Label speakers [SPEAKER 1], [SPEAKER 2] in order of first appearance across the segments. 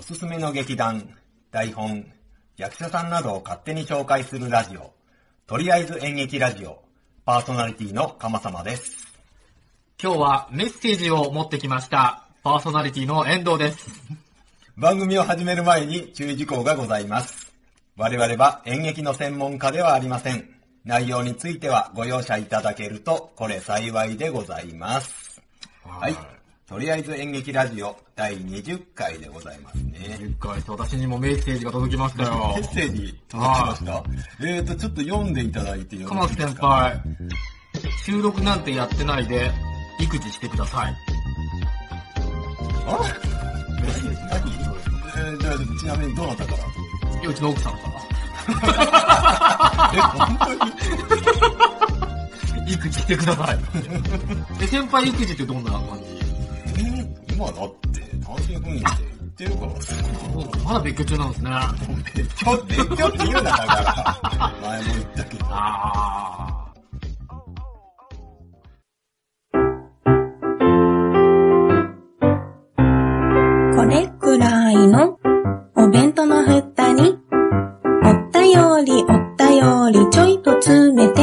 [SPEAKER 1] すすめの劇団、台本、役者さんなどを勝手に紹介するラジオ、とりあえず演劇ラジオ、パーソナリティのかまさまです。
[SPEAKER 2] 今日はメッセージを持ってきました。パーソナリティの遠藤です。
[SPEAKER 1] 番組を始める前に注意事項がございます。我々は演劇の専門家ではありません。内容についてはご容赦いただけると、これ幸いでございます。はい。とりあえず演劇ラジオ第20回でございますね。
[SPEAKER 2] 10回と私にもメッセージが届きましたよ
[SPEAKER 1] メ。ッセージ届きました。えーと、ちょっと読んでいただいてよ
[SPEAKER 2] か
[SPEAKER 1] ろ
[SPEAKER 2] ま
[SPEAKER 1] しいで
[SPEAKER 2] 先
[SPEAKER 1] すか。
[SPEAKER 2] 輩、収録なんてやってないで、育児してください。
[SPEAKER 1] あえー、じゃあ、ちなみにどなたから
[SPEAKER 2] いやうちの奥さんから。
[SPEAKER 1] え、本当に
[SPEAKER 2] 育児してくだ さい。え、先輩育児ってどんな感じ
[SPEAKER 1] えー今だって、単身赴任って言ってるから、す
[SPEAKER 2] そうまだ別居中なんですね。
[SPEAKER 1] 別居、別居って言うな、だから。前も言ったけど。
[SPEAKER 2] あ
[SPEAKER 3] これくらいのお弁当の蓋に、おったよりおったよりちょいと詰めて、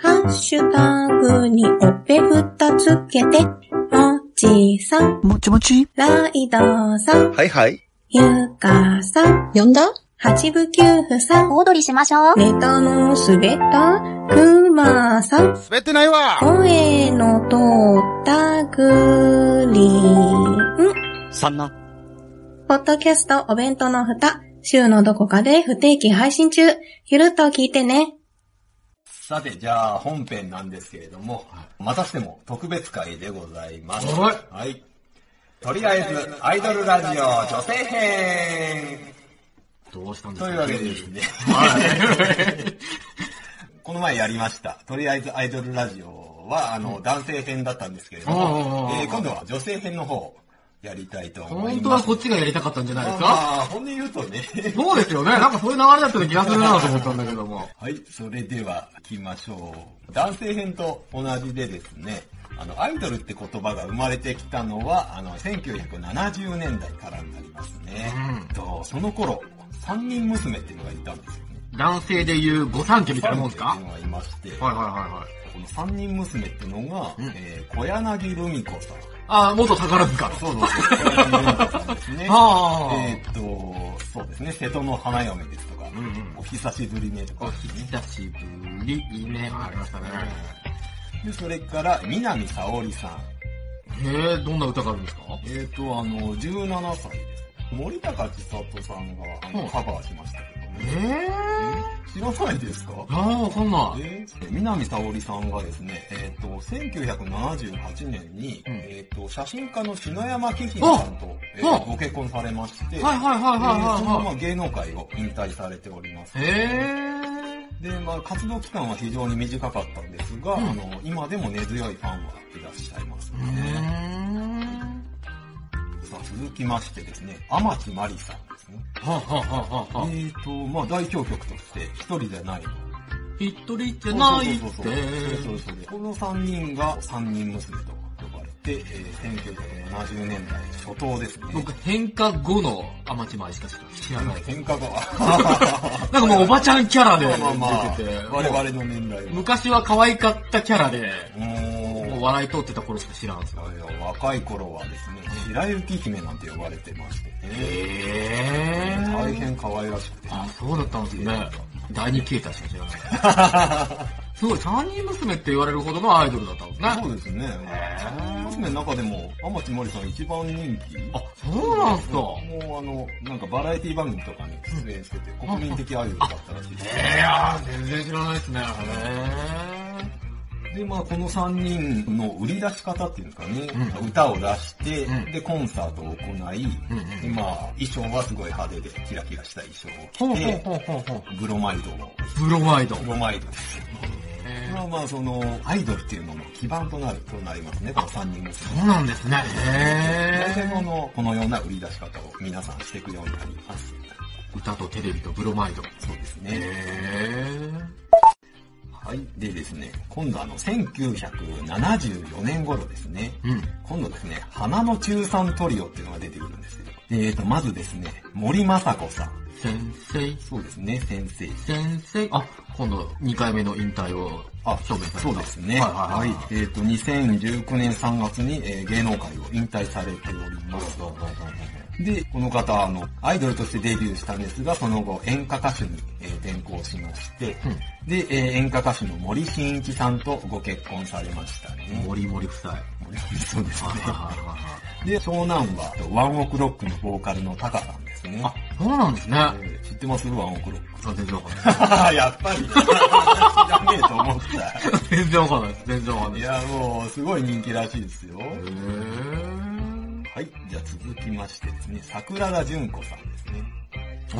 [SPEAKER 3] ハッシュタグにおべふたつけて、おじさん、
[SPEAKER 4] もちもち
[SPEAKER 3] ライドさん、
[SPEAKER 5] はいはい。
[SPEAKER 3] ゆかさん、
[SPEAKER 6] 呼んだ
[SPEAKER 3] 八部九夫さん、
[SPEAKER 6] 小踊りしましょう。
[SPEAKER 3] ネタの滑ったくまさん、
[SPEAKER 5] 滑ってないわ
[SPEAKER 3] 声の通ったぐりん。
[SPEAKER 4] さんな。
[SPEAKER 3] ポッドキャストお弁当の蓋、週のどこかで不定期配信中。ゆるっと聞いてね。
[SPEAKER 1] さて、じゃあ本編なんですけれども、またしても特別会でございます。
[SPEAKER 2] はい
[SPEAKER 1] はい。とりあえず、アイドルラジオ女性編
[SPEAKER 2] ー。どうしたんで
[SPEAKER 1] と
[SPEAKER 2] すか
[SPEAKER 1] いうわけでですね、
[SPEAKER 2] はい。
[SPEAKER 1] この前やりました。とりあえずアイドルラジオは、あの、男性編だったんですけれども
[SPEAKER 2] おうおうお、う
[SPEAKER 1] えー今度は女性編の方をやりたいと思います。
[SPEAKER 2] 本当はこっちがやりたかったんじゃないですか
[SPEAKER 1] ああ、本音言うとね。
[SPEAKER 2] そうですよね。なんかそういう流れだった気がするなと思ったんだけども。
[SPEAKER 1] はい、それでは行きましょう。男性編と同じでですね、あの、アイドルって言葉が生まれてきたのは、あの、1970年代からになりますね。
[SPEAKER 2] うん
[SPEAKER 1] とその頃、三人娘っていうのがいたんですよね。
[SPEAKER 2] 男性で言う御三家みたいなもんで
[SPEAKER 1] っ
[SPEAKER 2] すか
[SPEAKER 1] ていうのがいまして、
[SPEAKER 2] はいはいはいはい。
[SPEAKER 1] この三人娘っていうのが、
[SPEAKER 2] うん
[SPEAKER 1] えー、小柳ルミ子さん。
[SPEAKER 2] ああ、元宝塚の。。
[SPEAKER 1] そうそうそう、小柳ルミ子さんですね
[SPEAKER 2] ああ。
[SPEAKER 1] えーっと、そうですね、瀬戸の花嫁ですとか、
[SPEAKER 2] うんうん
[SPEAKER 1] お久しぶりねとか、
[SPEAKER 2] お久しぶり、いいね。ありましたね。
[SPEAKER 1] で、それから、南沙織さん。
[SPEAKER 2] へえ、どんな歌があるんですか
[SPEAKER 1] えっ、と、あの、17歳です。森高千里さんがあ
[SPEAKER 2] う
[SPEAKER 1] の
[SPEAKER 2] ん
[SPEAKER 1] カバーしましたけど
[SPEAKER 2] え
[SPEAKER 1] ね。
[SPEAKER 2] え。
[SPEAKER 1] 知らないですか
[SPEAKER 2] ああ、わかんない。
[SPEAKER 1] えー、南沙織さんがですね、えっ、と、1978年に、
[SPEAKER 2] うん
[SPEAKER 1] えっ、と、写真家の篠山紀彦さんと、えー
[SPEAKER 2] あ
[SPEAKER 1] ご結婚されまして、
[SPEAKER 2] はいはいはいはい
[SPEAKER 1] えーそのま
[SPEAKER 2] は
[SPEAKER 1] ま芸能界を引退されております。
[SPEAKER 2] いはい。へえ。
[SPEAKER 1] で、まあ、活動期間は非常に短かったんですが、
[SPEAKER 2] うん
[SPEAKER 1] あの、今でも根強いファンはいらっしゃいます
[SPEAKER 2] うー
[SPEAKER 1] ね。
[SPEAKER 2] ん。
[SPEAKER 1] さあ、続きましてですね、天地真理さんですね。
[SPEAKER 2] はあはあはあはあ。
[SPEAKER 1] えーと、まあ代表曲として、一人じゃないの。
[SPEAKER 2] 一人じゃないっ
[SPEAKER 1] そ
[SPEAKER 2] て。
[SPEAKER 1] うそうそうそうこの3人が三人娘と呼ばれて、えー、1970年代初頭ですね。
[SPEAKER 2] 僕、変化後のアマチュアしか知らない。
[SPEAKER 1] 喧嘩 が、
[SPEAKER 2] なんかもうおばちゃんキャラで
[SPEAKER 1] まあまあまあ
[SPEAKER 2] 出てて、、
[SPEAKER 1] 我々の年代は。
[SPEAKER 2] 昔は可愛かったキャラで、
[SPEAKER 1] も
[SPEAKER 2] もう笑い取ってた頃しか知らんすよ。
[SPEAKER 1] う、若い頃はですね、白雪姫なんて呼ばれてましてね。
[SPEAKER 2] えー
[SPEAKER 1] 大変可愛らしくて。
[SPEAKER 2] あ、そうだったんですね。第二形態しか知らない。 すごい、三人娘って言われるほどのアイドルだったんですね。
[SPEAKER 1] そうですね。三人娘の中でも、天地真理さん一番人気
[SPEAKER 2] あ、そうなんすか。
[SPEAKER 1] もうあの、なんかバラエティ番組とかに出演してて、国民的アイドルだったらしいです。
[SPEAKER 2] いやー、全然知らないですね。へ
[SPEAKER 1] で、まあこの3人の売り出し方っていうんですかね、
[SPEAKER 2] う
[SPEAKER 1] 歌を出して、
[SPEAKER 2] うん
[SPEAKER 1] で、コンサートを行い、
[SPEAKER 2] うんうん
[SPEAKER 1] で、まあ衣装はすごい派手で、キラキラした
[SPEAKER 2] ほ
[SPEAKER 1] 衣装
[SPEAKER 2] う
[SPEAKER 1] を着
[SPEAKER 2] ほう
[SPEAKER 1] て、
[SPEAKER 2] ほうほうほう。
[SPEAKER 1] ブロマイドを、
[SPEAKER 2] ブロマイド。
[SPEAKER 1] ブロマイドですよ。
[SPEAKER 2] へ
[SPEAKER 1] ま
[SPEAKER 2] ー
[SPEAKER 1] あまあその、アイドルっていうのの基盤となる、となりますね、この3人です。
[SPEAKER 2] そうなんですね。へ
[SPEAKER 1] 大体
[SPEAKER 2] ー
[SPEAKER 1] この、このような売り出し方を皆さんしていくようになります。
[SPEAKER 2] 歌とテレビとブロマイド。
[SPEAKER 1] そうですね。
[SPEAKER 2] へー
[SPEAKER 1] はい。でですね、今度あの、1974年頃ですね。
[SPEAKER 2] うん。
[SPEAKER 1] 今度ですね、花の中産トリオっていうのが出てくるんですよ。でえーと、まずですね、森雅子さん。
[SPEAKER 2] 先生、
[SPEAKER 1] そうですね、先生。
[SPEAKER 2] 先生、あ、今度2回目の引退を表明された。
[SPEAKER 1] そうですね。
[SPEAKER 2] は
[SPEAKER 1] はい
[SPEAKER 2] はい
[SPEAKER 1] い
[SPEAKER 2] はい。。
[SPEAKER 1] えっ、と、2019年3月に、えー芸能界を引退されております。で、この方は、あの、アイドルとしてデビューしたんですが、その後、演歌歌手に、えー転向しまして、で、えー演歌歌手の森進一さんとご結婚されましたね。
[SPEAKER 2] 森森夫妻。
[SPEAKER 1] 森進一そうですね
[SPEAKER 2] はい。はいはいはい
[SPEAKER 1] で、長男は、ワンオクロックのボーカルのタカさんですね。
[SPEAKER 2] あ、そうなんですね。あ
[SPEAKER 1] えー知ってますワンオクロック。
[SPEAKER 2] 全然わかんない。
[SPEAKER 1] やっぱ り、知らねえと思った。
[SPEAKER 2] 全然わかんないです。全然わかんな
[SPEAKER 1] い
[SPEAKER 2] いです。
[SPEAKER 1] や、もう、すごい人気らしいですよ。
[SPEAKER 2] へー
[SPEAKER 1] はい。じゃあ続きましてですね、桜田淳子さんですね。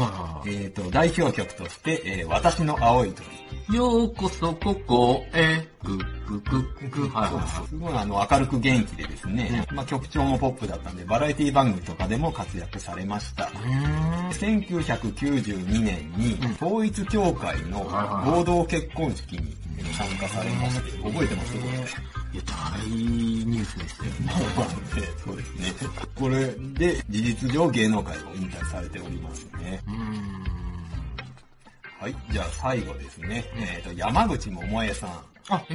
[SPEAKER 2] は
[SPEAKER 1] えっ、と、代表曲として、えー私の青い鳥。
[SPEAKER 2] いようこそここへ、くくくく、はいはいは
[SPEAKER 1] すごいあの、明るく元気でですね、まあ曲調もポップだったんで、バラエティ番組とかでも活躍されました。
[SPEAKER 2] い。う
[SPEAKER 1] 1992年に、統一教会の合同結婚式に参加されまして、覚えてますこれ
[SPEAKER 2] ーん。いや、大ニュースでしたよね。
[SPEAKER 1] そうですね。これで、事実上芸能界を引退されておりますね。
[SPEAKER 2] うーん。
[SPEAKER 1] はい。じゃあ最後ですね。えっ、と、山口百恵さん。
[SPEAKER 2] あ、へ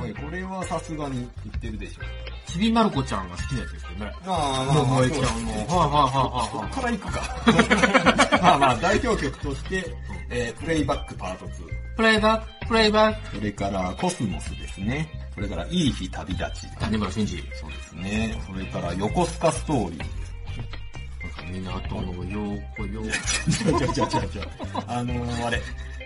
[SPEAKER 1] はい、
[SPEAKER 2] え。
[SPEAKER 1] これはさすがに言ってるでしょう。
[SPEAKER 2] ちびまる子ちゃんが好きなやつですよね。
[SPEAKER 1] あ
[SPEAKER 2] まあまあそうですね
[SPEAKER 1] はいはいはいはい。こっから行くか。ま あまあ、代表曲として、えー、プレイバックパート2。
[SPEAKER 2] プレイバック、プレイバック。
[SPEAKER 1] それから、コスモスですね。それから、いい日旅立ち。
[SPEAKER 2] 谷村新司。
[SPEAKER 1] そうですね。それから、横須賀ストーリー。
[SPEAKER 2] なんか港のようこよう。
[SPEAKER 1] ちょちょちょちょちょ。 あのー、あれ。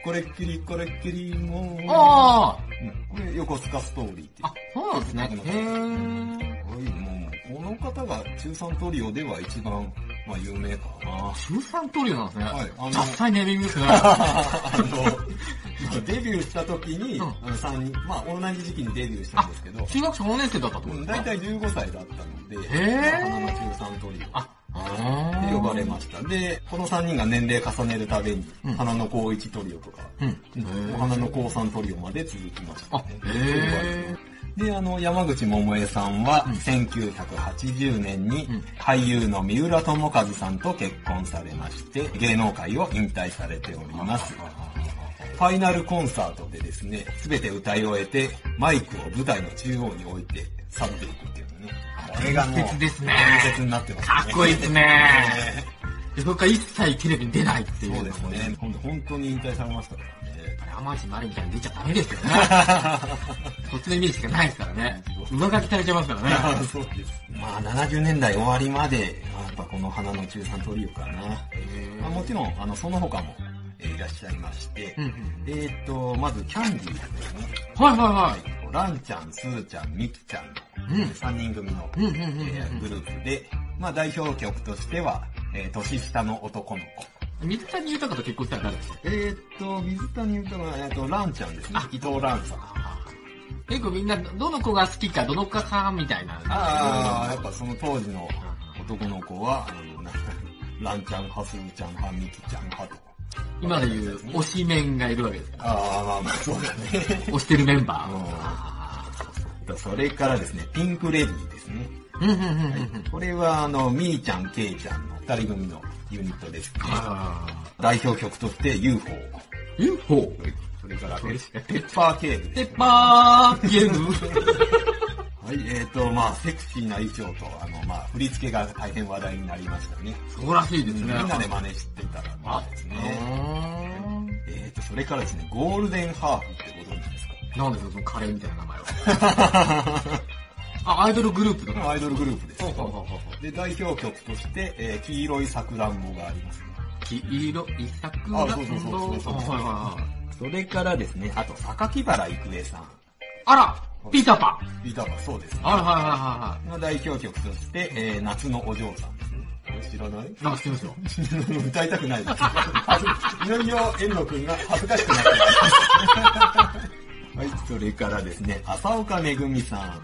[SPEAKER 1] これっきり、これっきり、もう。
[SPEAKER 2] あ
[SPEAKER 1] うんこれ、横須賀ストーリーって
[SPEAKER 2] あ。あ、そうなんですね。へえ。
[SPEAKER 1] いう。はい、もう、この方が中3トリオでは一番、まあ、有名かな。
[SPEAKER 2] 中3トリオなんですね。
[SPEAKER 1] はいあの
[SPEAKER 2] ダッサいネーミングですね。
[SPEAKER 1] あの、デビューした時に、
[SPEAKER 2] うん
[SPEAKER 1] あの三人、まあ同じ時期にデビューしたんですけど、
[SPEAKER 2] 中学生5年生だったって
[SPEAKER 1] う
[SPEAKER 2] こと
[SPEAKER 1] ん
[SPEAKER 2] ですか
[SPEAKER 1] 大体15歳だったので、
[SPEAKER 2] へー
[SPEAKER 1] まあ花の中三トリオ。
[SPEAKER 2] あ、あ
[SPEAKER 1] で
[SPEAKER 2] ー
[SPEAKER 1] 呼ばれました。で、この3人が年齢重ねるたびに、
[SPEAKER 2] うん
[SPEAKER 1] 花の高1トリオとか、
[SPEAKER 2] うん。へ
[SPEAKER 1] お
[SPEAKER 2] ー
[SPEAKER 1] 花の高3トリオまで続きました、
[SPEAKER 2] あ
[SPEAKER 1] ね。、
[SPEAKER 2] へ
[SPEAKER 1] で、あの、山口百恵さんは、1980年に
[SPEAKER 2] うん、
[SPEAKER 1] 俳優の三浦友和さんと結婚されまして、芸能界を引退されております。ファイナルコンサートでですね、すべて歌い終えて、マイクを舞台の中央に置いて去っていくっていうのね。これがもう、
[SPEAKER 2] 伝説ですね
[SPEAKER 1] 伝説になってますね。
[SPEAKER 2] かっこいいですね。でそこから一切テレビに出ないっていう。
[SPEAKER 1] そうですね。ほんと本当に引退されましたからね。
[SPEAKER 2] やっぱり浜内まりみたいに出ちゃダメです よね。そっちのイメージしかないですからね。上書きされちゃいますからね。
[SPEAKER 1] そうです。まあ、70年代終わりまで、やっぱこの花の中三トリオかな。まあ、もちろん、あの、その他も、えーいらっしゃいまして、
[SPEAKER 2] うんうん
[SPEAKER 1] えーっと、まず、キャンディーですね。
[SPEAKER 2] はいは
[SPEAKER 1] ランちゃん、スーちゃん、ミキちゃん
[SPEAKER 2] うん
[SPEAKER 1] の3人組の、
[SPEAKER 2] うんうんうんうん
[SPEAKER 1] えーグループで、まあ、代表曲としては、えー年下の男の子。
[SPEAKER 2] いはい。水谷豊と結婚したら誰でしたっけ
[SPEAKER 1] えーっと、水谷豊は、えーっと、ランちゃんですね。伊藤ランさん。
[SPEAKER 2] 結構みんな、どの子が好きか、どの子さんみたいな。
[SPEAKER 1] ああ、やっぱその当時の男の子は、あの、なんか、ランちゃん派、スーちゃん派、ミキちゃん派と。
[SPEAKER 2] 今で言う、推しメンがいるわけですから。
[SPEAKER 1] ああ、まあまあ、そうだね。
[SPEAKER 2] 推してるメンバ
[SPEAKER 1] うん
[SPEAKER 2] ー。
[SPEAKER 1] それからですね、ピンクレディーですね。
[SPEAKER 2] うんうんうんうん。
[SPEAKER 1] これは、あの、みーちゃん、けいちゃんの二人組のユニットですね。
[SPEAKER 2] あ
[SPEAKER 1] 代表曲として UFO。
[SPEAKER 2] ー UFO。
[SPEAKER 1] それから、
[SPEAKER 2] それしか
[SPEAKER 1] ペッパーケール
[SPEAKER 2] ペ
[SPEAKER 1] です。
[SPEAKER 2] ッパーゲーム。
[SPEAKER 1] はい、えっ、と、まあ、セクシーな衣装と、あの、まあ、振り付けが大変話題になりましたね。
[SPEAKER 2] そうらしいです
[SPEAKER 1] みん
[SPEAKER 2] ね。
[SPEAKER 1] なで真似してたら、まあですね。えっ、と、それからですね、ゴールデンハーフってご存知ですか
[SPEAKER 2] なんですか、そのカレーみたいな名前 は。あ、アイドルグループだな。
[SPEAKER 1] アイドルグループです
[SPEAKER 2] ほう
[SPEAKER 1] よ。
[SPEAKER 2] ほうほうほう
[SPEAKER 1] で、代表曲として、えー黄色いさくらんぼがありますね。
[SPEAKER 2] 黄色い作
[SPEAKER 1] あそうそうそうそうそう
[SPEAKER 2] はいはいはい。
[SPEAKER 1] それからですね、あと、榊原郁恵さん。
[SPEAKER 2] あらピーターパ
[SPEAKER 1] ビータバそうですね
[SPEAKER 2] ン。はいはいはいは
[SPEAKER 1] の代表曲として、えー夏のお嬢さんですね。知らない
[SPEAKER 2] い。なんか知ってますよ。
[SPEAKER 1] 歌いたくないです。いよいよ遠野くんが恥ずかしくなってます。はい、それからですね、浅岡めぐみさん。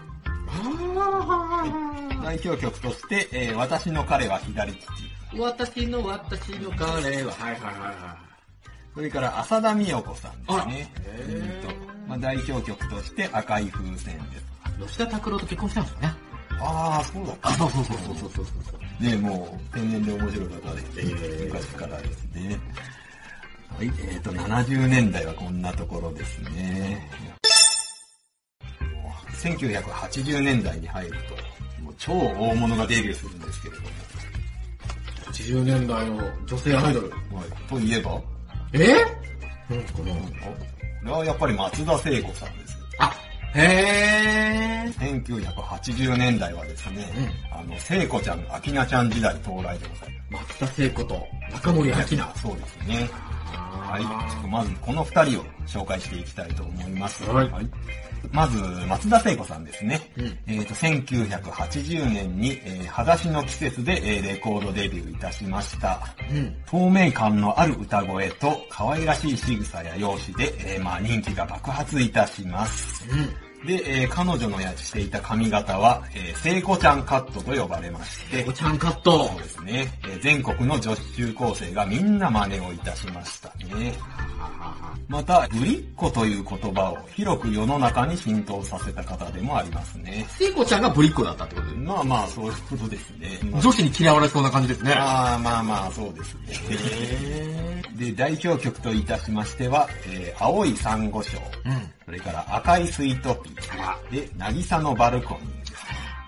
[SPEAKER 1] 代表曲として、えー私の彼は左利き。
[SPEAKER 2] 私の私のカレーは。はいはいはいはい。
[SPEAKER 1] それから浅田美代子さんですね。
[SPEAKER 2] あら
[SPEAKER 1] うんとまあ、代表曲として赤い風船です。
[SPEAKER 2] 吉田拓郎と結婚したんですよね。
[SPEAKER 1] ああ、そうだ
[SPEAKER 2] あ、そうそうそうそうそうそうそう。
[SPEAKER 1] ねもう、天然で面白い方で、えー、昔からですね。はい、えーと、70年代はこんなところですね。1980年代に入ると、もう超大物がデビューするんですけれど
[SPEAKER 2] 80年代の女性アイドル。
[SPEAKER 1] も、はい、といえば、
[SPEAKER 2] えなんかな
[SPEAKER 1] これはやっぱり松田聖子さんです。
[SPEAKER 2] あ、へー。
[SPEAKER 1] 1980年代はですね、あの、聖子ちゃん、明菜ちゃん時代到来でございま
[SPEAKER 2] 松田聖子と中森明
[SPEAKER 1] す。
[SPEAKER 2] 菜。
[SPEAKER 1] そうですね。はい、ちょっとま
[SPEAKER 2] は
[SPEAKER 1] ずこの二人を紹介していきたいと思います。
[SPEAKER 2] はい
[SPEAKER 1] まず、松田聖子さんですね。
[SPEAKER 2] うん
[SPEAKER 1] えっ、と、1980年に、えー裸足の季節で、えーレコードデビューいたしました。
[SPEAKER 2] い。うん。
[SPEAKER 1] 透明感のある歌声と可愛らしい仕草や容姿で、えーまあ人気が爆発いたします。で、えー彼女のやしていた髪型は、えー、聖子ちゃんカットと呼ばれまし
[SPEAKER 2] う
[SPEAKER 1] て
[SPEAKER 2] ん。お、ちゃんカット
[SPEAKER 1] そ。うですね、えー全国の女子中高生がみんな真似をいたしましたね。また、ぶりっ子という言葉を広く世の中に浸透させた方でもありますね。
[SPEAKER 2] 聖子ちゃんがぶりっ子だったってことで。
[SPEAKER 1] まあまあ、そういうことですね。ま
[SPEAKER 2] 女子に嫌われそうな感じですね。
[SPEAKER 1] あ、まあまあ、そうですね。
[SPEAKER 2] へ
[SPEAKER 1] で、代表曲といたしましては、えー青い珊瑚礁、
[SPEAKER 2] うん
[SPEAKER 1] それから赤いスイートピー、で、渚のバルコニー、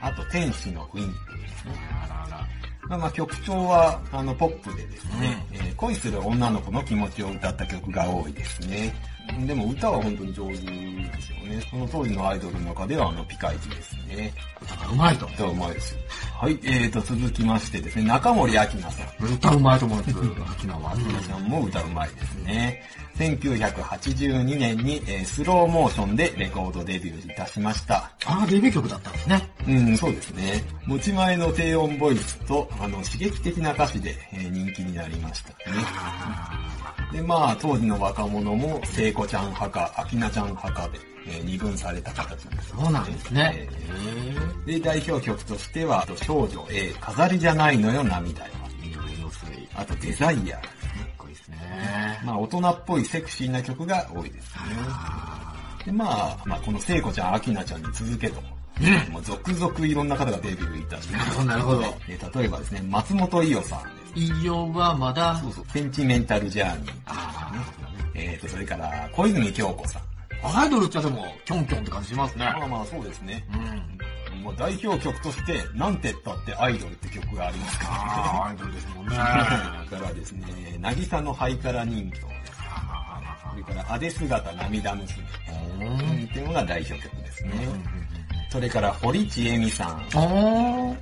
[SPEAKER 1] あと天使のウィンクですね。まあまあ曲調は、あの、ポップでですね、えー恋する女の子の気持ちを歌った曲が多いですね。でも歌は本当に上手ですよね。その当時のアイドルの中では、あの、ピカイチですね。
[SPEAKER 2] 歌がうまいと。
[SPEAKER 1] 歌うまいですよ。はい、えーと、続きましてですね、中森明菜さん。
[SPEAKER 2] 歌うまいと思うんです。沖縄。
[SPEAKER 1] 松田さんも歌うまいですね。1982年に、えースローモーションでレコードデビューいたしました。
[SPEAKER 2] あ、デビュー曲だったんですね。
[SPEAKER 1] うん、そうですね。持ち前の低音ボイスと、あの、刺激的な歌詞で、えー人気になりましたね。で、まあ、当時の若者も、聖子ちゃん派か、明菜ちゃん派かで、えー二分された形です。
[SPEAKER 2] そうなんですね。
[SPEAKER 1] で、代表曲としては、あと少女 A、飾りじゃないのよ涙よ。
[SPEAKER 2] いいよ、いいよ、すごい。か
[SPEAKER 1] あと、デザイヤー。
[SPEAKER 2] っこいいですね。
[SPEAKER 1] まあ、大人っぽいセクシーな曲が多いですね。で、まあ、まあ、この聖子ちゃん、明菜ちゃんに続けと。もう続々いろんな方がデビューいたしま
[SPEAKER 2] なる
[SPEAKER 1] す
[SPEAKER 2] ほど、なるほど。
[SPEAKER 1] えー例えばですね、松本伊代さんです。
[SPEAKER 2] いいよはまだ、
[SPEAKER 1] そうそう、センチメンタルジャーニー。えーと、それから、小泉京子さん。
[SPEAKER 2] アイドルってでも、キョンキョンって感じしますね。
[SPEAKER 1] まあまあ、そうですね。
[SPEAKER 2] うん。
[SPEAKER 1] もう代表曲として、なんて言ったってアイドルって曲がありますから。
[SPEAKER 2] あーアイドルですもんね。
[SPEAKER 1] それからですね、渚のハイカラ人形です。それから、アデ姿涙娘。うんっていうのが代表曲ですね。それから、堀ちえみさん。
[SPEAKER 2] おー。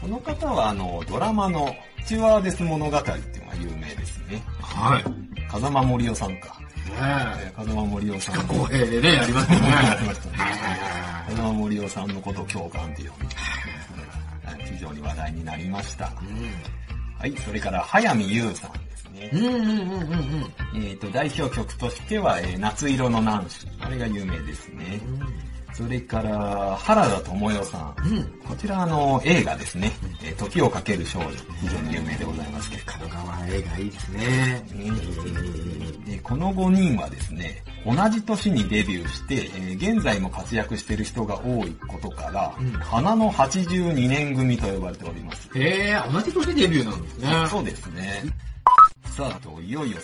[SPEAKER 1] この方は、あの、ドラマの、チュアーデス物語っていうのが有名ですね。
[SPEAKER 2] はい。
[SPEAKER 1] 風間森夫さんか。
[SPEAKER 2] ね
[SPEAKER 1] えー風間森夫
[SPEAKER 2] え。
[SPEAKER 1] さん
[SPEAKER 2] 不
[SPEAKER 1] の。
[SPEAKER 2] 可公平でね、やりますよね。
[SPEAKER 1] やってましたね 風間森夫さんのことを共感っていうふうにはい非常に話題になりました。はい、それから、早見優さんですね。
[SPEAKER 2] うんうんうんうんうん。
[SPEAKER 1] えー、と代表曲としては、えー夏色のナンシー。あれが有名ですね。それから、原田智代さん。
[SPEAKER 2] うん
[SPEAKER 1] こちら、あの、映画ですね。えー時をかける少女。非常に有名でございますけれど
[SPEAKER 2] 角川映画いいですね。
[SPEAKER 1] でこの5人はですね、同じ年にデビューして、えー現在も活躍している人が多いことから、
[SPEAKER 2] うん
[SPEAKER 1] 花の82年組と呼ばれております。
[SPEAKER 2] えー、同じ年デビューなんですね。
[SPEAKER 1] そうですね。さあ、といよいよ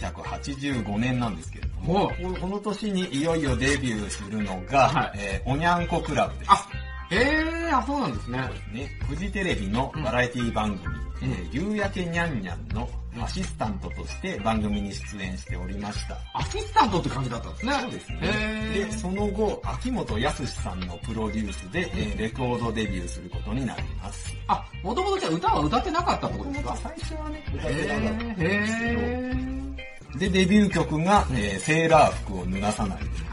[SPEAKER 1] 1985年なんですけれども、
[SPEAKER 2] ほう。
[SPEAKER 1] この年にいよいよデビューするのが、
[SPEAKER 2] はい
[SPEAKER 1] えーおにゃんこクラブです。
[SPEAKER 2] あ、えー、あ、そうなんですね。
[SPEAKER 1] ね、フジテレビのバラエティ番組、
[SPEAKER 2] うん
[SPEAKER 1] えー夕焼けにゃんにゃんのアシスタントとして番組に出演しておりました。
[SPEAKER 2] アシスタントって感じだったんですね。
[SPEAKER 1] そうですね。
[SPEAKER 2] え
[SPEAKER 1] で、その後、秋元康さんのプロデュースで、えーレコードデビューすることになります。
[SPEAKER 2] あ、もともとじゃあ歌は歌ってなかったってことですか
[SPEAKER 1] 最初はね、歌
[SPEAKER 2] へ
[SPEAKER 1] ってなかったん
[SPEAKER 2] ー
[SPEAKER 1] ですけど、
[SPEAKER 2] へー
[SPEAKER 1] で、デビュー曲が、えーセーラー服を脱がさないでですね。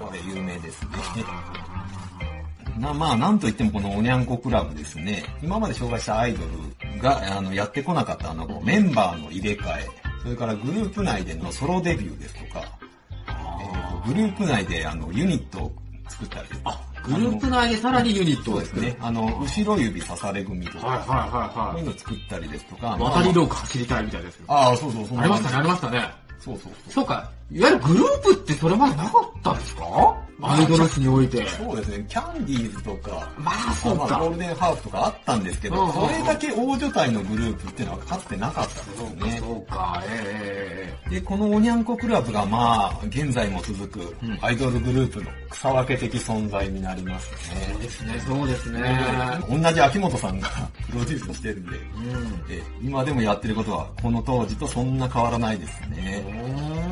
[SPEAKER 1] これ有名ですね。な、まあ、なんといってもこのおにゃんこクラブですね。今まで紹介したアイドルが、あの、やってこなかったあの、こうメンバーの入れ替え、それからグループ内でのソロデビューですとか、えーグループ内であの、ユニットを作ったりとか。
[SPEAKER 2] グループ
[SPEAKER 1] あの
[SPEAKER 2] 内でさらにユニット
[SPEAKER 1] そ
[SPEAKER 2] を
[SPEAKER 1] うですね。。あの、後ろ指刺され組とか、
[SPEAKER 2] はいはい
[SPEAKER 1] こう
[SPEAKER 2] はいいう
[SPEAKER 1] のを作ったりですとか、
[SPEAKER 2] はい。渡り
[SPEAKER 1] ま
[SPEAKER 2] 廊下走りたいみたいですよ。
[SPEAKER 1] あまあああ、そうそう、そん
[SPEAKER 2] あ
[SPEAKER 1] な
[SPEAKER 2] りま
[SPEAKER 1] 感
[SPEAKER 2] し
[SPEAKER 1] じ
[SPEAKER 2] たね、ありましたね。
[SPEAKER 1] そうそう
[SPEAKER 2] そうか、いわゆるグループってそれまでなかったですかアイドル誌において。
[SPEAKER 1] そう。そうですね、キャンディーズとか、
[SPEAKER 2] まあ、そう
[SPEAKER 1] まあゴー
[SPEAKER 2] か。
[SPEAKER 1] ルデンハーフとかあったんですけ
[SPEAKER 2] うんうん
[SPEAKER 1] ど、
[SPEAKER 2] うん
[SPEAKER 1] それだけ大所帯のグループっていうのはかつてなかったんですよね。
[SPEAKER 2] そうか、え
[SPEAKER 1] で、このおにゃんこクラブがまあ、現在も続く
[SPEAKER 2] うん
[SPEAKER 1] アイドルグループの草分け的存在になりますね
[SPEAKER 2] えそう。ですね、そうですね。
[SPEAKER 1] 同じ秋元さんが プロデュースしてるんで、
[SPEAKER 2] うん。
[SPEAKER 1] え今でもやってることはこの当時とそんな変わらないですね。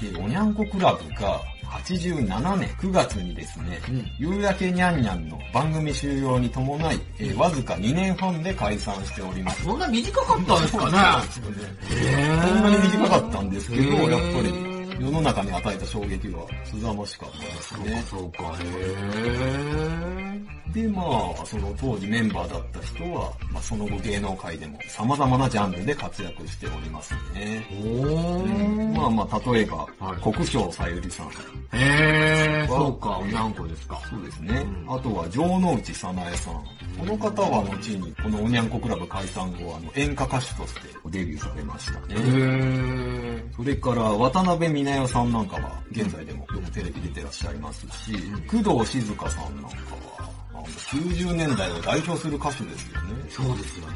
[SPEAKER 1] で、おにゃんこクラブが87年9月にですね、
[SPEAKER 2] うん
[SPEAKER 1] 夕焼けにゃんにゃんの番組終了に伴い、えーわずか2年半で解散しております。
[SPEAKER 2] そんな短かったんですかね。
[SPEAKER 1] そうですね
[SPEAKER 2] え
[SPEAKER 1] こんなに短かったんですけど、
[SPEAKER 2] へー
[SPEAKER 1] やっぱり世の中に与えた衝撃は凄ましかったですね。
[SPEAKER 2] そうか、へえ。
[SPEAKER 1] で、まあ、その当時メンバーだった人は、まあ、その後芸能界でも様々なジャンルで活躍しておりますね。
[SPEAKER 2] お
[SPEAKER 1] まあまあ、例えば、
[SPEAKER 2] はい
[SPEAKER 1] 国生さゆりさん。
[SPEAKER 2] へえ、そうか、おにゃんこですか。
[SPEAKER 1] そうですね。
[SPEAKER 2] うん
[SPEAKER 1] あとは、城之内早苗さん。この方は後に、このおにゃんこクラブ解散後、あの、演歌歌手としてデビューされましたね。
[SPEAKER 2] へえ。
[SPEAKER 1] それから渡辺美奈代さんなんかは現在でもよくテレビ出てらっしゃいますし、工藤静香さんなんかは、あの90年代を代表する歌手ですよね。
[SPEAKER 2] そうですよね。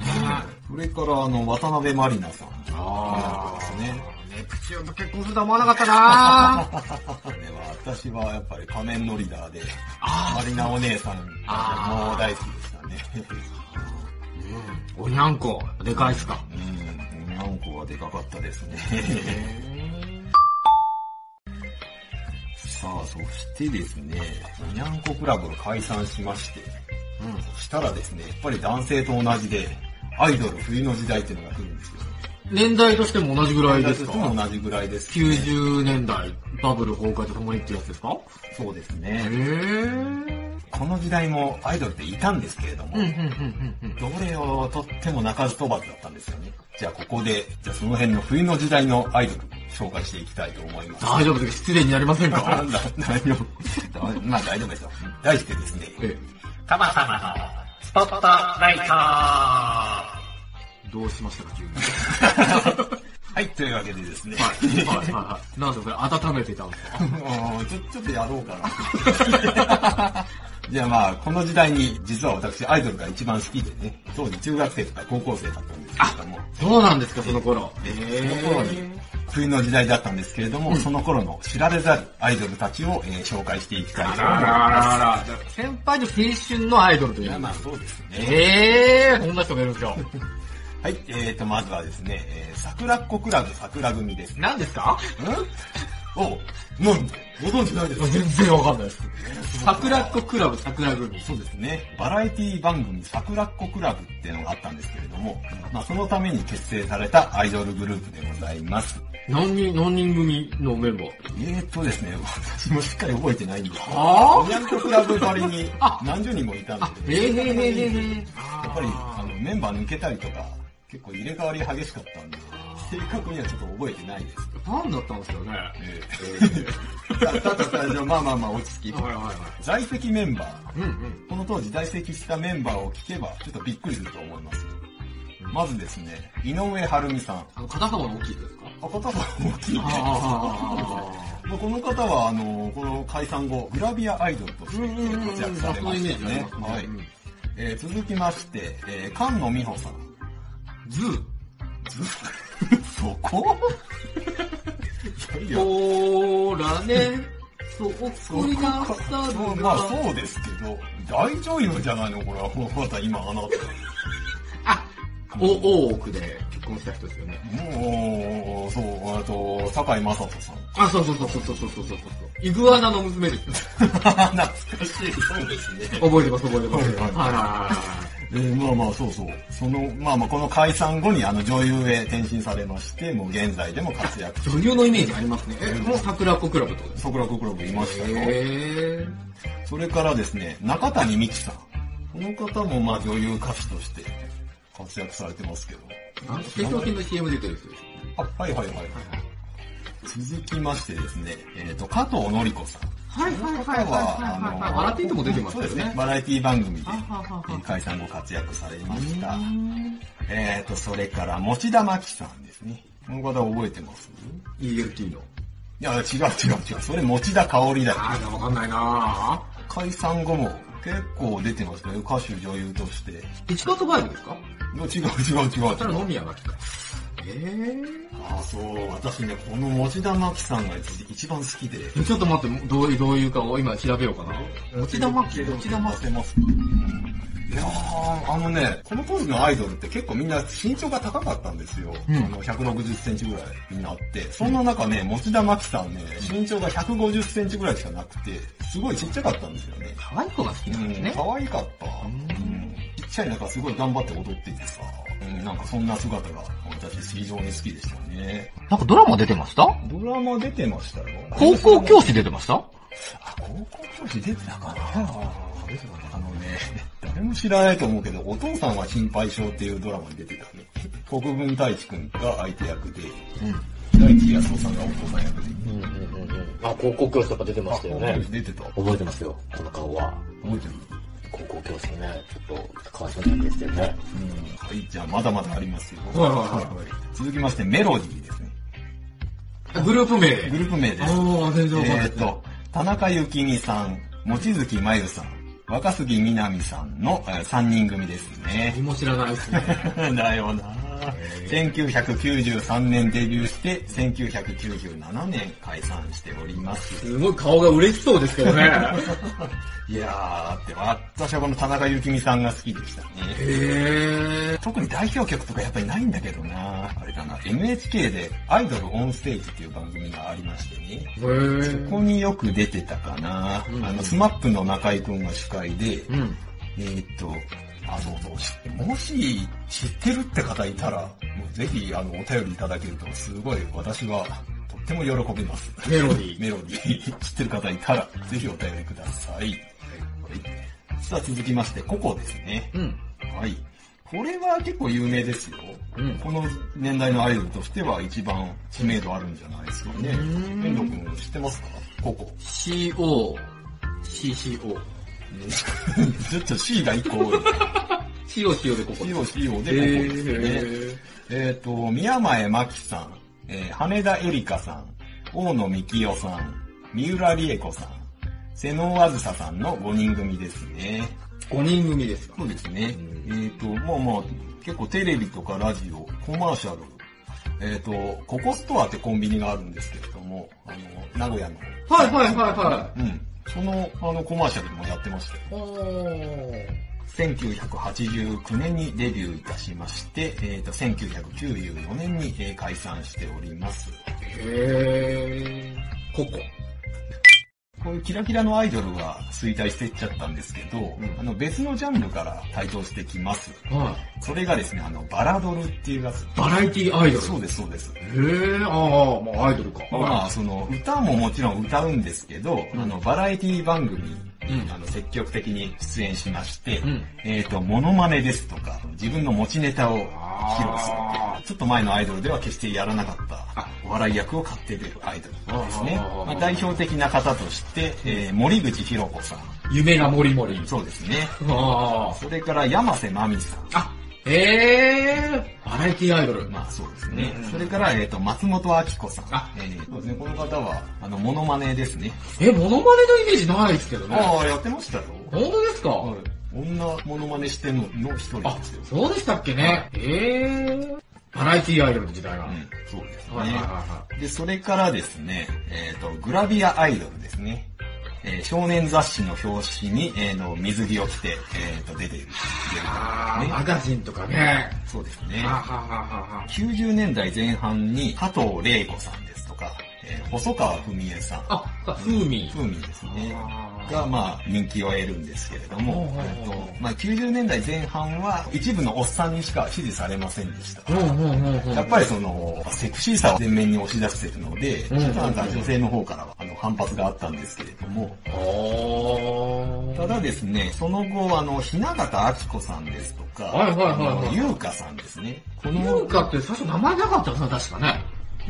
[SPEAKER 1] それからあの渡辺満里奈さんなんか
[SPEAKER 2] あ
[SPEAKER 1] は
[SPEAKER 2] あ。
[SPEAKER 1] ですね。
[SPEAKER 2] ネプチューンと結婚するとは思わなかったな
[SPEAKER 1] これは私はやっぱり仮面のリーダーで、
[SPEAKER 2] あ
[SPEAKER 1] マリナお姉さんも
[SPEAKER 2] あー
[SPEAKER 1] う大好きでしたね。
[SPEAKER 2] おにゃんこ、でかいっすか。
[SPEAKER 1] うん、にゃんこはでかかったですね。さあ、そしてですね、にゃんこクラブが解散しまして、
[SPEAKER 2] うん。
[SPEAKER 1] そしたらですね、やっぱり男性と同じで、アイドル冬の時代っていうのが来るんですよ。
[SPEAKER 2] 年代としても同じぐらいですか
[SPEAKER 1] 男性と同じぐらいです、
[SPEAKER 2] 90年代、バブル崩壊とともにってやつですか
[SPEAKER 1] そうです
[SPEAKER 2] へ
[SPEAKER 1] ね。
[SPEAKER 2] ー
[SPEAKER 1] この時代もアイドルっていたんですけれども、
[SPEAKER 2] うんうんうんうんうん。
[SPEAKER 1] どれをとっても鳴かず飛ばずだったんですよね。じゃあここで、じゃあその辺の冬の時代のアイドル紹介していきたいと思います。
[SPEAKER 2] 大丈夫です。失礼になりません
[SPEAKER 1] な
[SPEAKER 2] か
[SPEAKER 1] んだ、大丈夫。だまあ大丈夫ですよ。題してですね、
[SPEAKER 2] え
[SPEAKER 1] たまたまのスポットライター
[SPEAKER 2] えどうしましたか、急に。
[SPEAKER 1] はい、というわけでですね、
[SPEAKER 2] はい、 はい、はいはい。なんでそれ温めてたんですか
[SPEAKER 1] うんちょ、ちょっとやろうかな。 じゃあまあ、この時代に実は私アイドルが一番好きでね、当時中学生とか高校生だったんですけれども、
[SPEAKER 2] そうなんですか、その頃。え
[SPEAKER 1] その頃に冬の時代だったんですけれども、その頃の知られざるアイドルたちを、えー紹介していきたいと
[SPEAKER 2] あ
[SPEAKER 1] 思い
[SPEAKER 2] らあ
[SPEAKER 1] ま
[SPEAKER 2] らあらあら。先輩の青春のアイドルと
[SPEAKER 1] す。
[SPEAKER 2] い
[SPEAKER 1] いうや。まあそうですね。
[SPEAKER 2] ええー、こんな人がいるんですよ。
[SPEAKER 1] はい、えーと、まずはですね、えー桜っ子クラブ桜組です。ん
[SPEAKER 2] 何ですか
[SPEAKER 1] おなんでご存知ないですか
[SPEAKER 2] 全然わかんないです。桜っ子クラブ桜組。
[SPEAKER 1] そうですね。バラエティ番組桜っ子クラブっていうのがあったんですけれども、まあそのために結成されたアイドルグループでございます。
[SPEAKER 2] 何人、何人組のメンバー
[SPEAKER 1] えーっとですね、 私もしっかり覚えてないんですけど、
[SPEAKER 2] あ
[SPEAKER 1] おにゃんこクラブばりに何十人もいた
[SPEAKER 2] あ
[SPEAKER 1] ん
[SPEAKER 2] え
[SPEAKER 1] で、
[SPEAKER 2] え
[SPEAKER 1] や
[SPEAKER 2] へ
[SPEAKER 1] っ
[SPEAKER 2] ーへーへーへー
[SPEAKER 1] ぱりあのメンバー抜けたりとか、結構入れ替わり激しかったんで、正確にはちょっと覚えてないです。
[SPEAKER 2] 何だったんですよね。
[SPEAKER 1] えーだだとしたら、まあまあまあ落ち着き。
[SPEAKER 2] はいはいは
[SPEAKER 1] 在籍メンバー。
[SPEAKER 2] い。うんうん。
[SPEAKER 1] この当時在籍したメンバーを聞けば、ちょっとびっくりすると思います。まずですね、井上晴美さん。あ、
[SPEAKER 2] あの、片方の大きい人ですか
[SPEAKER 1] 方が大きいね。
[SPEAKER 2] あ
[SPEAKER 1] まあこの方は、あの、この解散後、グラビアアイドルとし
[SPEAKER 2] うんうんう
[SPEAKER 1] て
[SPEAKER 2] ん。
[SPEAKER 1] 活躍
[SPEAKER 2] あ
[SPEAKER 1] され
[SPEAKER 2] そ
[SPEAKER 1] ま
[SPEAKER 2] のイメ
[SPEAKER 1] し
[SPEAKER 2] ージ
[SPEAKER 1] た
[SPEAKER 2] あり
[SPEAKER 1] ね
[SPEAKER 2] ます。ね。
[SPEAKER 1] はい
[SPEAKER 2] うん。
[SPEAKER 1] えー続きまして、えー菅野美穂さん。
[SPEAKER 2] ズー。
[SPEAKER 1] そ こいやいや
[SPEAKER 2] ほーらね、そこいなさ
[SPEAKER 1] そう
[SPEAKER 2] る
[SPEAKER 1] まあ
[SPEAKER 2] が。
[SPEAKER 1] そうですけど、大女優じゃないのこれは、また今あなた。
[SPEAKER 2] あ、お、大奥で結婚した人ですよね。
[SPEAKER 1] もう、そう、あと、坂井雅人さん。
[SPEAKER 2] あ、そうそうそうそうそうそうそうそう。イグアナの娘です。
[SPEAKER 1] 懐かしい。そうですね。
[SPEAKER 2] 覚えてます、覚えてます。
[SPEAKER 1] はいはい
[SPEAKER 2] は
[SPEAKER 1] えーまあまあそうそう。その、まあまあこの解散後にあの女優へ転身されまして、もう現在でも活躍。
[SPEAKER 2] い。女優のイメージありますね。え、もう桜子クラブってことです
[SPEAKER 1] 桜子クラブいましたよ。
[SPEAKER 2] へ
[SPEAKER 1] それからですね、中谷美紀さん。この方もまあ女優歌手として活躍されてますけど。
[SPEAKER 2] ぇー。なんか化粧品の CM 出てる人ですよ。
[SPEAKER 1] あ、はいはいはい。続きましてですね、えっ、と、加藤のり子さん。
[SPEAKER 2] はいはいはい
[SPEAKER 1] 彼は、
[SPEAKER 2] はい。笑っていても出てます
[SPEAKER 1] そう
[SPEAKER 2] よ
[SPEAKER 1] ですね
[SPEAKER 2] ね。。
[SPEAKER 1] バラエティ番組で
[SPEAKER 2] あははは
[SPEAKER 1] 解散後活躍されました。
[SPEAKER 2] うーん
[SPEAKER 1] えっ、と、それから、持田真紀さんですね。この方覚えてます
[SPEAKER 2] ?ELT
[SPEAKER 1] い
[SPEAKER 2] の。
[SPEAKER 1] や、違う違う違う。それ持田香織だよ。
[SPEAKER 2] あー、わかんないな
[SPEAKER 1] 解散後も結構出てますけど、歌手女優として。
[SPEAKER 2] ぁ。市川とバイブですか
[SPEAKER 1] 違う違う違う
[SPEAKER 2] そしたら
[SPEAKER 1] 違う。
[SPEAKER 2] 飲み屋が来た。え
[SPEAKER 1] ああ、そう。私ね、この持田真希さんが一番好きで。
[SPEAKER 2] ー、ちょっと待って、どういう、どういうかを今調べようかな。
[SPEAKER 1] 持田真希、持田真希出ます。いやー、あのね、この当時のアイドルって結構みんな身長が高かったんですよ。
[SPEAKER 2] うん
[SPEAKER 1] あの、160センチぐらいになって。そんな中ね、持田真希さんね、身長が150センチぐらいしかなくて、すごいちっちゃかったんですよね。
[SPEAKER 2] 可愛い子が好きなんですね。
[SPEAKER 1] 可愛かった。
[SPEAKER 2] ん
[SPEAKER 1] ちっちゃい中すごい頑張って踊っていてさ、うん、なんかそんな姿が私非常に好きでしたね。
[SPEAKER 2] なんかドラマ出てました
[SPEAKER 1] ドラマ出てましたよ。
[SPEAKER 2] 高校教師出てました
[SPEAKER 1] あ、高校教師出てたかな出てたかなあのね、誰も知らないと思うけど、お父さんは心配性っていうドラマに出てたね。国分太一くんが相手役で、
[SPEAKER 2] う
[SPEAKER 1] 大地康夫さんがお父さん役で。
[SPEAKER 4] うんうんうんうん。あ、高校教師とか出てましたよ
[SPEAKER 1] あ高校
[SPEAKER 4] ね
[SPEAKER 1] 教師。出てた。覚
[SPEAKER 4] 覚えてますよ、この顔は。
[SPEAKER 1] えてる
[SPEAKER 4] 高校教師のね、ちょっと、川島さんですよね。
[SPEAKER 1] はい、じゃあまだまだありますよ。
[SPEAKER 2] はいはいはい
[SPEAKER 1] 続きまして、メロディーですね。
[SPEAKER 2] ん。グループ名。
[SPEAKER 1] グループ名です。
[SPEAKER 2] あー、全然わかんな
[SPEAKER 1] え
[SPEAKER 2] い。
[SPEAKER 1] っと、田中幸美さん、望月真由さん、若杉みなみさんの3人組ですね
[SPEAKER 2] 何。も知らないですね。
[SPEAKER 1] だよな1993年デビューして、1997年解散しております。
[SPEAKER 2] すごい顔が嬉しそうですけど ね。
[SPEAKER 1] いやー、だって私はこの田中幸美さんが好きでした
[SPEAKER 2] へ
[SPEAKER 1] ね。
[SPEAKER 2] ー。
[SPEAKER 1] 特に代表曲とかやっぱりないんだけどなあれかな、NHK でアイドルオンステージっていう番組がありましてね。
[SPEAKER 2] へー。
[SPEAKER 1] ここによく出てたかな、
[SPEAKER 2] うん
[SPEAKER 1] あの、スマップの中井くんが主会で、
[SPEAKER 2] うん。
[SPEAKER 1] えーっと、あ、そうそうし、もし知ってるって方いたら、もうぜひ、あの、お便りいただけると、すごい私は、とっても喜びます。
[SPEAKER 2] メロディー。
[SPEAKER 1] メロディー、知ってる方いたら、ぜひお便りください。はい。さあ、続きまして、ココですね。
[SPEAKER 2] うん。
[SPEAKER 1] はい。これは結構有名ですよ。
[SPEAKER 2] うん
[SPEAKER 1] この年代のアイドルとしては一番知名度あるんじゃないですかね。
[SPEAKER 2] うん
[SPEAKER 1] 遠藤くん知ってますかコ コ。
[SPEAKER 2] CO。CCO。
[SPEAKER 1] ちょっと C が1個多い。
[SPEAKER 2] CO、CO でここ。
[SPEAKER 1] C を C をでココです
[SPEAKER 2] へ
[SPEAKER 1] ね。
[SPEAKER 2] ー。
[SPEAKER 1] えっ、と、宮前真紀さん、えー羽田絵里香さん、大野幹夫さん、三浦理恵子さん、瀬能あずささんの5人組ですね。
[SPEAKER 2] 5人組ですか
[SPEAKER 1] そうですね。
[SPEAKER 4] う
[SPEAKER 1] えっ、と、もうもう、結構テレビとかラジオ、コマーシャル、えっ、と、ココストアってコンビニがあるんですけれども、あの、名古屋の。
[SPEAKER 2] はいはいはいは
[SPEAKER 1] うん。その、あの、コマーシャルもやってましたよ。
[SPEAKER 2] い。おー。
[SPEAKER 1] 1989年にデビューいたしまして、えー、と1994年に、えー解散しております。
[SPEAKER 2] へー。ここ。
[SPEAKER 1] こういうキラキラのアイドルが衰退していっちゃったんですけど、
[SPEAKER 2] ん
[SPEAKER 1] あの別のジャンルから台頭してきます。
[SPEAKER 2] は
[SPEAKER 1] それがですね、あのバラドルっていうやつ。
[SPEAKER 2] い。バラエティアイドル。
[SPEAKER 1] そうです、そうです。
[SPEAKER 2] へー、あー、まあアイドルか。
[SPEAKER 1] まあ、その、歌ももちろん歌うんですけど、
[SPEAKER 2] うん
[SPEAKER 1] あの、バラエティ番組に、
[SPEAKER 2] うん
[SPEAKER 1] あの、積極的に出演しまして、
[SPEAKER 2] うん
[SPEAKER 1] えっ、と、モノマネですとか、自分の持ちネタを披露する
[SPEAKER 2] あー
[SPEAKER 1] ちょっと前のアイドルでは決してやらなかった
[SPEAKER 2] あ、
[SPEAKER 1] お笑い役を買って出るアイドルですね。
[SPEAKER 2] あー
[SPEAKER 1] まあ、代表的な方として、えー森口博子さん。
[SPEAKER 2] 夢がもりもり。
[SPEAKER 1] そうですね。
[SPEAKER 2] あー。
[SPEAKER 1] それから、山瀬まみさん。
[SPEAKER 2] あ、へー。バラエティアイドル。
[SPEAKER 1] まあそうですね。
[SPEAKER 2] うん
[SPEAKER 1] それから、えっ、と、松本明子さん。
[SPEAKER 2] あ
[SPEAKER 1] えーそうですね。この方は、あの、モノマネですね。
[SPEAKER 2] え、モノマネのイメージないですけどね。
[SPEAKER 1] ああ、やってましたよ。
[SPEAKER 2] 本当ですか、
[SPEAKER 1] 女モノマネしてんのの一人
[SPEAKER 2] あ
[SPEAKER 1] ですよ。、
[SPEAKER 2] そうでしたっけね。えー。バラエティアイドルの時代が。
[SPEAKER 1] うん、そうです
[SPEAKER 2] はいはいは
[SPEAKER 1] ね。
[SPEAKER 2] いは
[SPEAKER 1] で、それからですね、えっ、と、グラビアアイドルですね。えー少年雑誌の表紙に、えーの水着を着て、えっ、と、出ている。
[SPEAKER 2] い。あー、
[SPEAKER 1] ね
[SPEAKER 2] マガジンとかね。
[SPEAKER 1] そうですね
[SPEAKER 2] は。ははは
[SPEAKER 1] 90年代前半に、加藤玲子さんですとか、えー細川文江さん。
[SPEAKER 2] は。あ、風味。
[SPEAKER 1] 風味ですね。
[SPEAKER 2] あー
[SPEAKER 1] が、まあ、人気を得るんですけれど
[SPEAKER 2] ほう
[SPEAKER 1] も
[SPEAKER 2] ほう、
[SPEAKER 1] えっ
[SPEAKER 2] ほう
[SPEAKER 1] と、まあ、90年代前半は、一部のおっさんにしか支持されませんでした。
[SPEAKER 2] うんうんうんうん。
[SPEAKER 1] やっぱりその、セクシーさを前面に押し出してるので、
[SPEAKER 2] うん
[SPEAKER 1] なんか女性の方からはあの反発があったんですけれども、
[SPEAKER 2] り。お
[SPEAKER 1] た
[SPEAKER 2] ー。
[SPEAKER 1] だですね、その後、あの、雛形明子さんですとか、
[SPEAKER 2] はいはいはいはい
[SPEAKER 1] あの優香さんですね。この、
[SPEAKER 2] 優香って最初名前なかったんですね、確かね。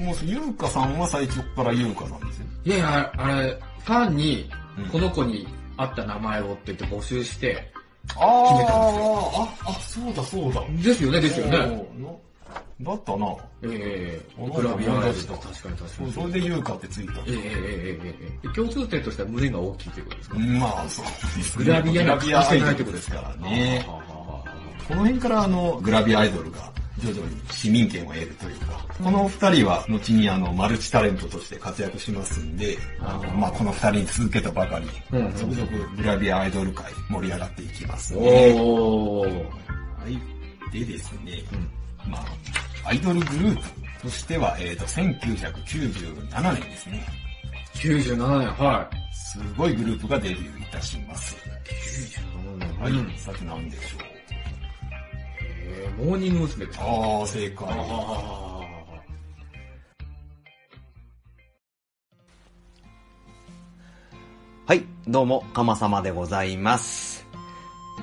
[SPEAKER 1] もう優香さんは最初から優香なんですよ。
[SPEAKER 2] いやいや、あれ、ファンに
[SPEAKER 1] うん、
[SPEAKER 2] この子に合った名前をって言って募集して、
[SPEAKER 1] あ
[SPEAKER 2] 決めたんです
[SPEAKER 1] あ、あ、そうだそうだ。
[SPEAKER 2] ですよね、ですよね。
[SPEAKER 1] おー
[SPEAKER 7] だ
[SPEAKER 1] な
[SPEAKER 7] ったな。
[SPEAKER 2] ええ
[SPEAKER 7] 同じ
[SPEAKER 2] グラビアアイドル
[SPEAKER 7] 同
[SPEAKER 2] と
[SPEAKER 7] じだ
[SPEAKER 2] 確かに確か
[SPEAKER 7] そう
[SPEAKER 2] に。
[SPEAKER 7] それで優香ってついた。
[SPEAKER 2] ええええええええ共通点としては胸が大きいということですか
[SPEAKER 7] まあ、そうですね
[SPEAKER 2] グラビア
[SPEAKER 7] グラ
[SPEAKER 2] な
[SPEAKER 7] ビアアイ
[SPEAKER 2] な
[SPEAKER 7] ド
[SPEAKER 2] いと
[SPEAKER 7] ル
[SPEAKER 2] いうこと
[SPEAKER 7] で
[SPEAKER 2] ですす
[SPEAKER 7] か
[SPEAKER 2] か
[SPEAKER 7] ら
[SPEAKER 2] ら
[SPEAKER 7] ね。
[SPEAKER 2] はあはあはあはあ
[SPEAKER 7] この辺からあの、グラビアアイドルが徐々に市民権を得るというか、この二人は後にあの、マルチタレントとして活躍しますんで、あの、まあ、この二人に続けたばかり、
[SPEAKER 2] うんうん
[SPEAKER 7] 続々グラビアアイドル界盛り上がっていきますね。
[SPEAKER 2] おー。
[SPEAKER 7] はい。でですね、
[SPEAKER 2] うん
[SPEAKER 7] まあ、アイドルグループとしては、えっ、と、1997年ですね。
[SPEAKER 2] 97年、はい。
[SPEAKER 7] すごいグループがデビューいたします。
[SPEAKER 2] 97年、
[SPEAKER 7] はい
[SPEAKER 2] うん。
[SPEAKER 7] さて何でしょう
[SPEAKER 2] えーモーニング娘。ですか
[SPEAKER 7] ああ、正解。
[SPEAKER 2] あ
[SPEAKER 1] はい、どうも、かまさまでございます。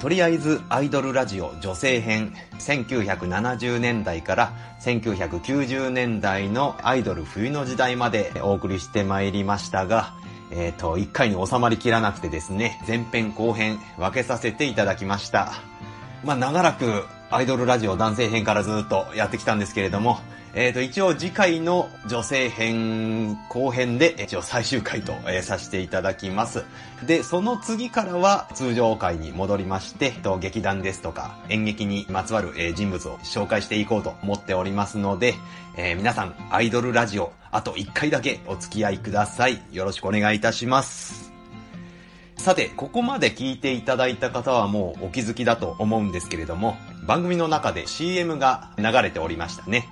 [SPEAKER 1] とりあえずアイドルラジオ女性編1970年代から1990年代のアイドル冬の時代までお送りしてまいりましたが、えっ、と、1回に収まりきらなくてですね、前編後編分けさせていただきました。まあ、長らくアイドルラジオ男性編からずっとやってきたんですけれども、えっ、と、一応次回の女性編後編で、一応最終回と、えーさせていただきます。で、その次からは通常回に戻りまして、えっと劇団ですとか演劇にまつわる、えー人物を紹介していこうと思っておりますので、えー皆さん、アイドルラジオ、あと1回だけお付き合いください。よろしくお願いいたします。さて、ここまで聞いていただいた方はもうお気づきだと思うんですけれども、番組の中で CM が流れておりましたね。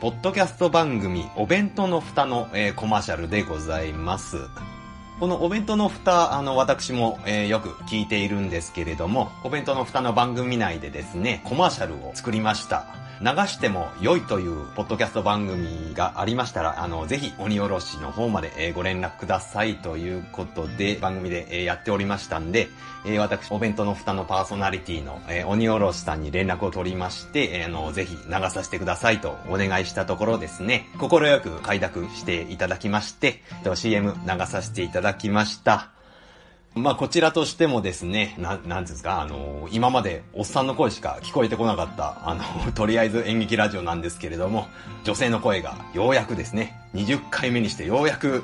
[SPEAKER 1] ポッドキャスト番組、お弁当の蓋の、えーコマーシャルでございます。このお弁当の蓋、あの、私も、えーよく聞いているんですけれども、お弁当の蓋の番組内でですね、コマーシャルを作りました。流しても良いというポッドキャスト番組がありましたら、あの、ぜひ鬼おろしの方まで、えーご連絡くださいということで、番組で、えーやっておりましたんで、えー私、お弁当の蓋のパーソナリティの、えー鬼おろしさんに連絡を取りまして、えーあの、ぜひ流させてくださいとお願いしたところですね、快く快諾していただきまして、えっと CM 流させていただきました。まあ、こちらとしてもですね、な、なんていうんですか、あの、今までおっさんの声しか聞こえてこなかった、あの、 とりあえず演劇ラジオなんですけれども、女性の声がようやくですね、20回目にしてようやく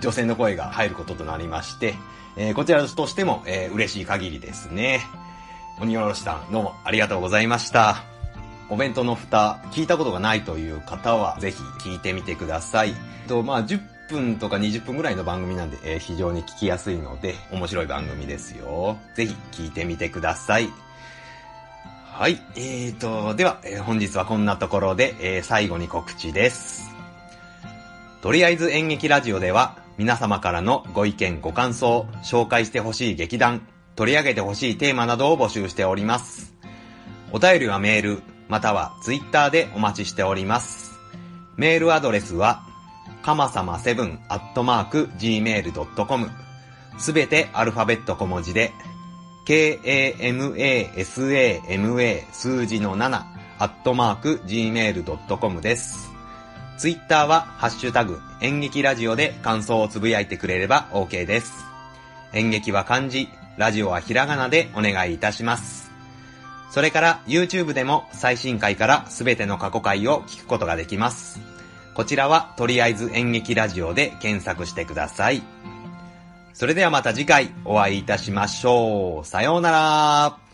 [SPEAKER 1] 女性の声が入ることとなりまして、えーこちらとしても、えー嬉しい限りですね。鬼おろしさん、どうもありがとうございました。お弁当の蓋、聞いたことがないという方は、ぜひ聞いてみてください。と、まあ、10分とか20分ぐらいの番組なんで、えー非常に聞きやすいので、面白い番組ですよ。ぜひ聞いてみてください。はい。えーと、では、えー本日はこんなところで、えー最後に告知です。とりあえず演劇ラジオでは皆様からのご意見ご感想、紹介してほしい劇団、取り上げてほしいテーマなどを募集しております。お便りはメール、またはツイッターでお待ちしております。メールアドレスは、かまさま7 gmail.com すべてアルファベット小文字で、k-a-m-a-s-a-m-a 数字の7、gmail.com です。ツイッターは、ハッシュタグ、演劇ラジオで感想をつぶやいてくれれば OK です。演劇は漢字、ラジオはひらがなでお願いいたします。それから、YouTube でも最新回からすべての過去回を聞くことができます。こちらは、とりあえず演劇ラジオで検索してください。それではまた次回お会いいたしましょう。さようなら。